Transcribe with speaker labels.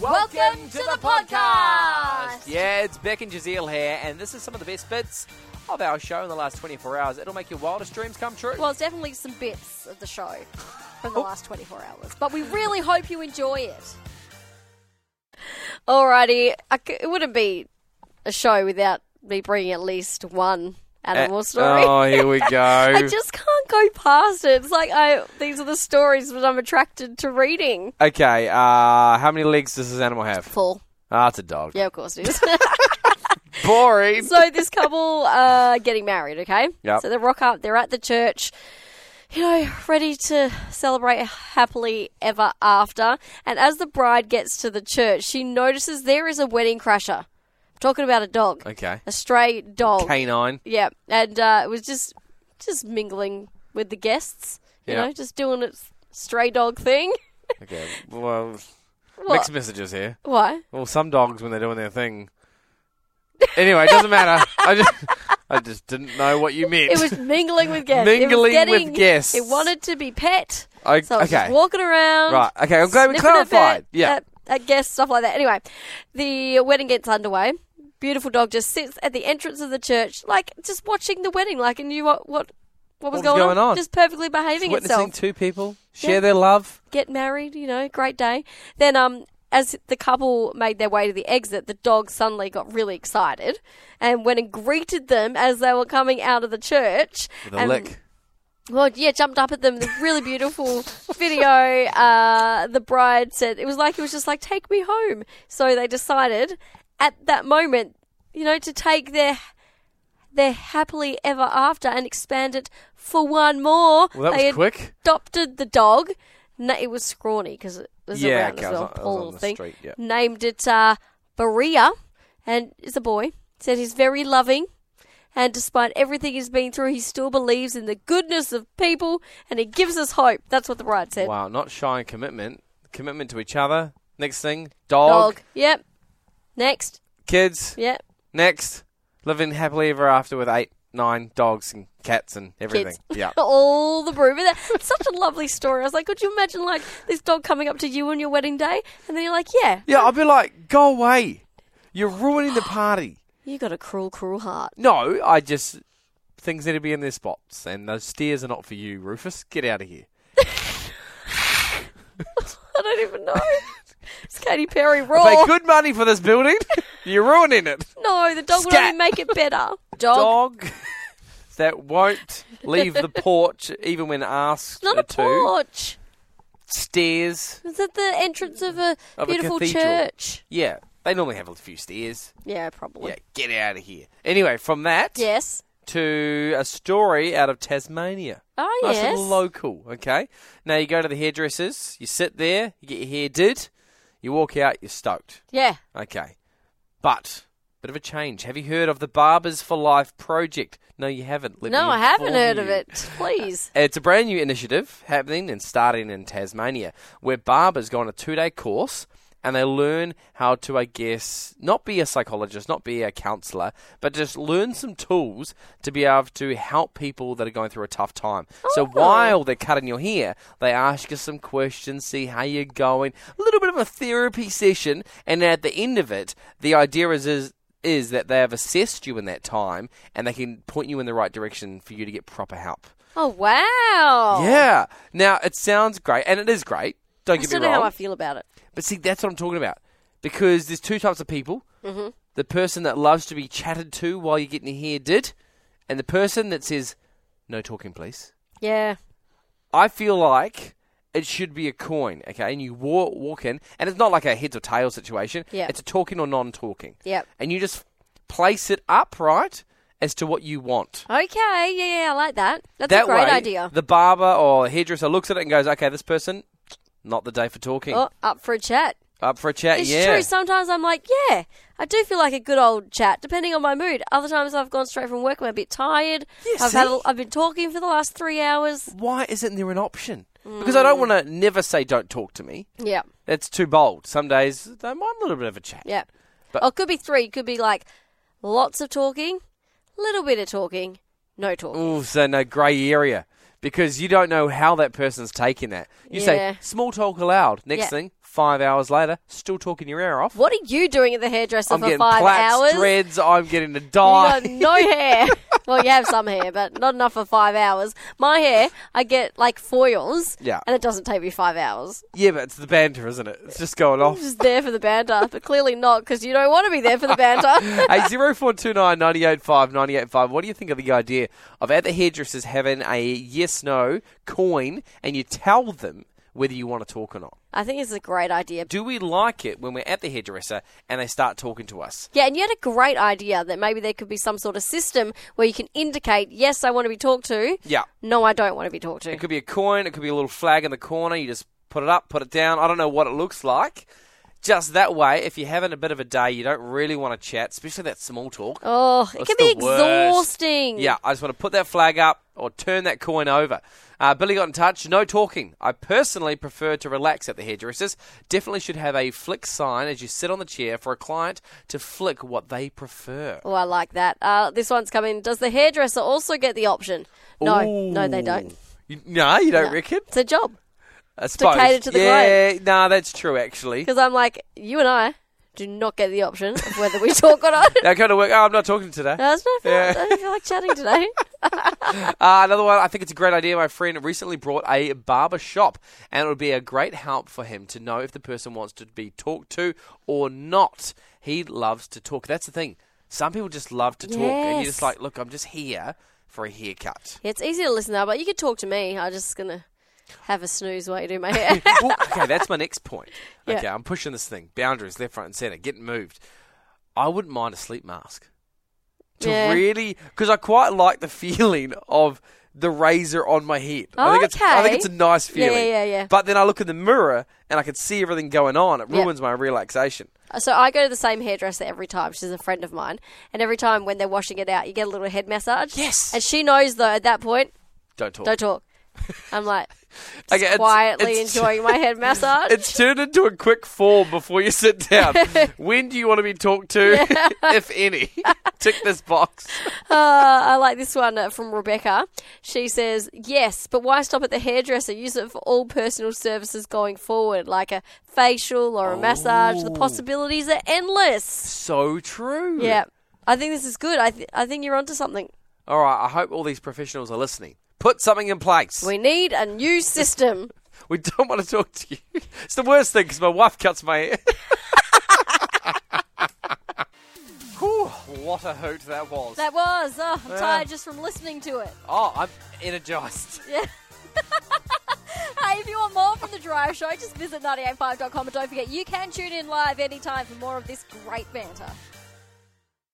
Speaker 1: Welcome to the podcast.
Speaker 2: Yeah, it's Beck and Jazeel here, and this is some of the best bits of our show in the last 24 hours. It'll make your wildest dreams come true.
Speaker 1: Well, it's definitely some bits of the show from the last 24 hours, but we really hope you enjoy it. Alrighty, I c- it wouldn't be a show without me bringing at least one animal story.
Speaker 2: Oh, here we go.
Speaker 1: I just can't go past it. It's like I these are the stories that I'm attracted to reading.
Speaker 2: okay, uh, how many legs does this animal have?
Speaker 1: Full.
Speaker 2: Ah, it's a dog.
Speaker 1: Yeah, of course it is.
Speaker 2: Boring.
Speaker 1: so this couple are getting married, okay?
Speaker 2: Yep.
Speaker 1: So they rock up, they're at the church, you know, ready to celebrate happily ever after. And as the bride gets to the church, she notices there is a wedding crasher. I'm talking about a dog.
Speaker 2: okay.
Speaker 1: A stray dog.
Speaker 2: Canine.
Speaker 1: Yeah. And uh, it was just just mingling with the guests. You
Speaker 2: Yeah.
Speaker 1: know, just doing its stray dog thing.
Speaker 2: Okay. Well,
Speaker 1: What?
Speaker 2: mixed messages here.
Speaker 1: Why?
Speaker 2: Well, some dogs when they're doing their thing. Anyway, it doesn't matter. I just, I just didn't know what you meant.
Speaker 1: It was mingling with guests. It was
Speaker 2: Mingling with
Speaker 1: getting-
Speaker 2: guests.
Speaker 1: It wanted to be pet.
Speaker 2: O-
Speaker 1: So I was
Speaker 2: okay.
Speaker 1: just walking around.
Speaker 2: Right. Okay. I'm glad we
Speaker 1: sniffing a bit
Speaker 2: clarified. Yeah.
Speaker 1: At, at guests, stuff like that. Anyway, the wedding gets underway. Beautiful dog just sits at the entrance of the church, like just watching the wedding, like and knew what what what was,
Speaker 2: What was going on?
Speaker 1: Just perfectly behaving
Speaker 2: Witnessing
Speaker 1: itself.
Speaker 2: two people
Speaker 1: Yeah.
Speaker 2: share their love.
Speaker 1: Get married, you know, great day. Then um. As the couple made their way to the exit, the dog suddenly got really excited and went and greeted them as they were coming out of the church.
Speaker 2: With a
Speaker 1: and
Speaker 2: lick.
Speaker 1: well, yeah, jumped up at them. The really beautiful video. Uh, the bride said it was like it was just like take me home. So they decided at that moment, you know, to take their their happily ever after and expand it for one more.
Speaker 2: Well, that
Speaker 1: they
Speaker 2: was quick.
Speaker 1: adopted the dog. No, it was scrawny because it was
Speaker 2: Yeah,
Speaker 1: around
Speaker 2: okay,
Speaker 1: as
Speaker 2: I was on-
Speaker 1: well.
Speaker 2: I was
Speaker 1: poor
Speaker 2: on
Speaker 1: little
Speaker 2: the
Speaker 1: thing.
Speaker 2: street, yeah.
Speaker 1: Named it uh, Berea, and it's a boy. Said he's very loving, and despite everything he's been through, he still believes in the goodness of people, and he gives us hope. That's what the bride said.
Speaker 2: Wow, not shy on commitment. Commitment to each other. Next thing, dog,
Speaker 1: Dog. Yep. Next.
Speaker 2: kids.
Speaker 1: Yep.
Speaker 2: Next, living happily ever after with eight, nine dogs and cats and everything.
Speaker 1: Kids.
Speaker 2: Yeah.
Speaker 1: All the broom. And that- It's such a lovely story. I was like, could you imagine like this dog coming up to you on your wedding day, and then you're like, yeah,
Speaker 2: Yeah, I'd be like, go away. You're ruining the party.
Speaker 1: you got a cruel, cruel heart.
Speaker 2: No, I just things need to be in their spots, and those stairs are not for you, Rufus. Get out of here.
Speaker 1: I don't even know. it's Katy Perry raw.
Speaker 2: Pay good money for this building. You're ruining it.
Speaker 1: No, the dog would
Speaker 2: Scat.
Speaker 1: only make it better. Dog.
Speaker 2: Dog that won't leave the porch even when asked
Speaker 1: It's not a
Speaker 2: to.
Speaker 1: porch.
Speaker 2: Stairs.
Speaker 1: It's at the entrance of a
Speaker 2: Of a
Speaker 1: beautiful
Speaker 2: cathedral.
Speaker 1: church.
Speaker 2: Yeah, they normally have a few stairs.
Speaker 1: Yeah, probably.
Speaker 2: Yeah, get out of here. Anyway, from that
Speaker 1: Yes.
Speaker 2: to a story out of Tasmania.
Speaker 1: Oh,
Speaker 2: Nice
Speaker 1: yes.
Speaker 2: little local, okay? Now you go to the hairdressers, you sit there, you get your hair did, you walk out, you're stoked.
Speaker 1: yeah.
Speaker 2: Okay. But, bit of a change. Have you heard of the Barbers for Life project? No, you haven't. Let
Speaker 1: No,
Speaker 2: me
Speaker 1: I haven't
Speaker 2: inform
Speaker 1: heard of
Speaker 2: you.
Speaker 1: it. Please.
Speaker 2: It's a brand new initiative happening and starting in Tasmania where barbers go on a two day course and they learn how to, I guess, not be a psychologist, not be a counsellor, but just learn some tools to be able to help people that are going through a tough time. So while they're cutting your hair, they ask you some questions, see how you're going, a little bit of a therapy session, and at the end of it, the idea is. is is that they have assessed you in that time and they can point you in the right direction for you to get proper help.
Speaker 1: Oh, wow.
Speaker 2: Yeah. Now it sounds great, and it is great. Don't
Speaker 1: Oh. I
Speaker 2: get
Speaker 1: still
Speaker 2: me
Speaker 1: don't know how I
Speaker 2: wrong.
Speaker 1: feel about it.
Speaker 2: But see, that's what I'm talking about. Because there's two types of people:
Speaker 1: Mm-hmm.
Speaker 2: the person that loves to be chatted to while you're getting your hair did, and the person that says, "No talking, please."
Speaker 1: Yeah.
Speaker 2: I feel like it should be a coin, okay? And you walk, walk in, and it's not like a heads or tails situation.
Speaker 1: Yeah.
Speaker 2: It's a talking or non-talking.
Speaker 1: Yep.
Speaker 2: And you just place it upright as to what you want.
Speaker 1: Okay. Yeah, yeah, I like that. That's
Speaker 2: that
Speaker 1: a great
Speaker 2: way,
Speaker 1: idea.
Speaker 2: the barber or hairdresser looks at it and goes, "Okay, this person, not the day for talking.
Speaker 1: Oh, up for a chat.
Speaker 2: Up for a chat?
Speaker 1: It's
Speaker 2: Uh, yeah,
Speaker 1: true. Sometimes I'm like, yeah, I do feel like a good old chat, depending on my mood. Other times I've gone straight from work, I'm a bit tired.
Speaker 2: Yeah,
Speaker 1: I've had,
Speaker 2: see?
Speaker 1: a, I've been talking for the last three hours.
Speaker 2: Why isn't there an option? Because
Speaker 1: Mm.
Speaker 2: I don't want to never say don't talk to me.
Speaker 1: Yeah,
Speaker 2: That's too bold. Some days they mind a little bit of a chat.
Speaker 1: yeah.
Speaker 2: But-
Speaker 1: oh, it could be three. It could be like lots of talking, little bit of talking, no talking.
Speaker 2: Ooh, so no grey area because you don't know how that person's taking that. You
Speaker 1: Yeah.
Speaker 2: say small talk allowed. Next
Speaker 1: Yeah.
Speaker 2: thing, Five hours later, still talking your ear off.
Speaker 1: What are you doing at the hairdresser
Speaker 2: I'm
Speaker 1: for
Speaker 2: getting
Speaker 1: five
Speaker 2: plaits,
Speaker 1: hours?
Speaker 2: dreads. I'm getting to
Speaker 1: You
Speaker 2: die.
Speaker 1: got no hair. well, you have some hair, but not enough for five hours. My hair, I get like foils,
Speaker 2: Yeah.
Speaker 1: and it doesn't take me five hours.
Speaker 2: yeah, but it's the banter, isn't it? It's just going
Speaker 1: I'm
Speaker 2: off.
Speaker 1: just there for the banter, but clearly not because you don't want to be there for the banter.
Speaker 2: hey, 0429 985 985. What do you think of the idea of at the hairdressers having a yes no coin and you tell them whether you want to talk or not?
Speaker 1: I think it's a great idea.
Speaker 2: Do we like it when we're at the hairdresser and they start talking to us?
Speaker 1: Yeah, and you had a great idea that maybe there could be some sort of system where you can indicate, yes, I want to be talked to.
Speaker 2: Yeah.
Speaker 1: No, I don't want to be talked to.
Speaker 2: It could be a coin, it could be a little flag in the corner. You just put it up, put it down. I don't know what it looks like. Just that way, if you're having a bit of a day, you don't really want to chat, especially that small talk.
Speaker 1: Oh, it
Speaker 2: That's
Speaker 1: can be
Speaker 2: the worst.
Speaker 1: exhausting.
Speaker 2: Yeah, I just want to put that flag up or turn that coin over. Uh, Billy got in touch. No talking. I personally prefer to relax at the hairdressers. Definitely should have a flick sign as you sit on the chair for a client to flick what they prefer.
Speaker 1: Oh, I like that. Uh, this one's coming. Does the hairdresser also get the option? No, no, they don't.
Speaker 2: Ooh. You- no, you don't
Speaker 1: No.
Speaker 2: reckon?
Speaker 1: It's a job.
Speaker 2: I suppose.
Speaker 1: cater to the
Speaker 2: yeah, no, that's true actually.
Speaker 1: Because I'm like, you and I do not get the option of whether we talk or not.
Speaker 2: Now go to work. Oh, I'm not talking today.
Speaker 1: I, was not,
Speaker 2: Yeah.
Speaker 1: I don't feel like chatting today.
Speaker 2: Uh, another one, I think it's a great idea. My friend recently brought a barber shop, and it would be a great help for him to know if the person wants to be talked to or not. He loves to talk. That's the thing. Some people just love to talk, and you're
Speaker 1: Yes.
Speaker 2: just like, look, I'm just here for a haircut.
Speaker 1: Yeah, it's easy to listen now, but you could talk to me. I'm just going to have a snooze while you do my hair.
Speaker 2: Ooh, okay, that's my next point.
Speaker 1: Yeah.
Speaker 2: Okay, I'm pushing this thing. Boundaries, left, right, and centre, getting moved. I wouldn't mind a sleep mask. To
Speaker 1: Yeah.
Speaker 2: really, because I quite like the feeling of the razor on my head. I think it's, I
Speaker 1: Okay.
Speaker 2: think it's a nice
Speaker 1: Yeah,
Speaker 2: feeling.
Speaker 1: yeah, yeah, yeah.
Speaker 2: But then I look in the mirror and I can see everything going on. It
Speaker 1: Yeah.
Speaker 2: ruins my relaxation.
Speaker 1: So I go to the same hairdresser every time. She's a friend of mine, and every time when they're washing it out, you get a little head massage.
Speaker 2: Yes.
Speaker 1: and she knows though at that point,
Speaker 2: Don't talk.
Speaker 1: don't talk. I'm like
Speaker 2: Okay, it's-
Speaker 1: quietly
Speaker 2: it's-
Speaker 1: enjoying my head massage.
Speaker 2: It's turned into a quick form before you sit down. when do you want to be talked to, if any? Tick this box.
Speaker 1: Uh, I like this one uh, from Rebecca. She says, "Yes, but why stop at the hairdresser? Use it for all personal services going forward, like a facial or a massage. The
Speaker 2: Oh.
Speaker 1: possibilities are endless."
Speaker 2: So true.
Speaker 1: Yeah, I think this is good. I th- I think you're onto something.
Speaker 2: All right. I hope all these professionals are listening. Put something in place.
Speaker 1: We need a new system.
Speaker 2: We don't want to talk to you. It's the worst thing because my wife cuts my hair. Whew, what a hoot that was.
Speaker 1: That was. Oh, I'm tired just from listening to it.
Speaker 2: oh, I'm energized.
Speaker 1: Hey, if you want more from The Drive Show, just visit 985.com and don't forget you can tune in live anytime for more of this great banter.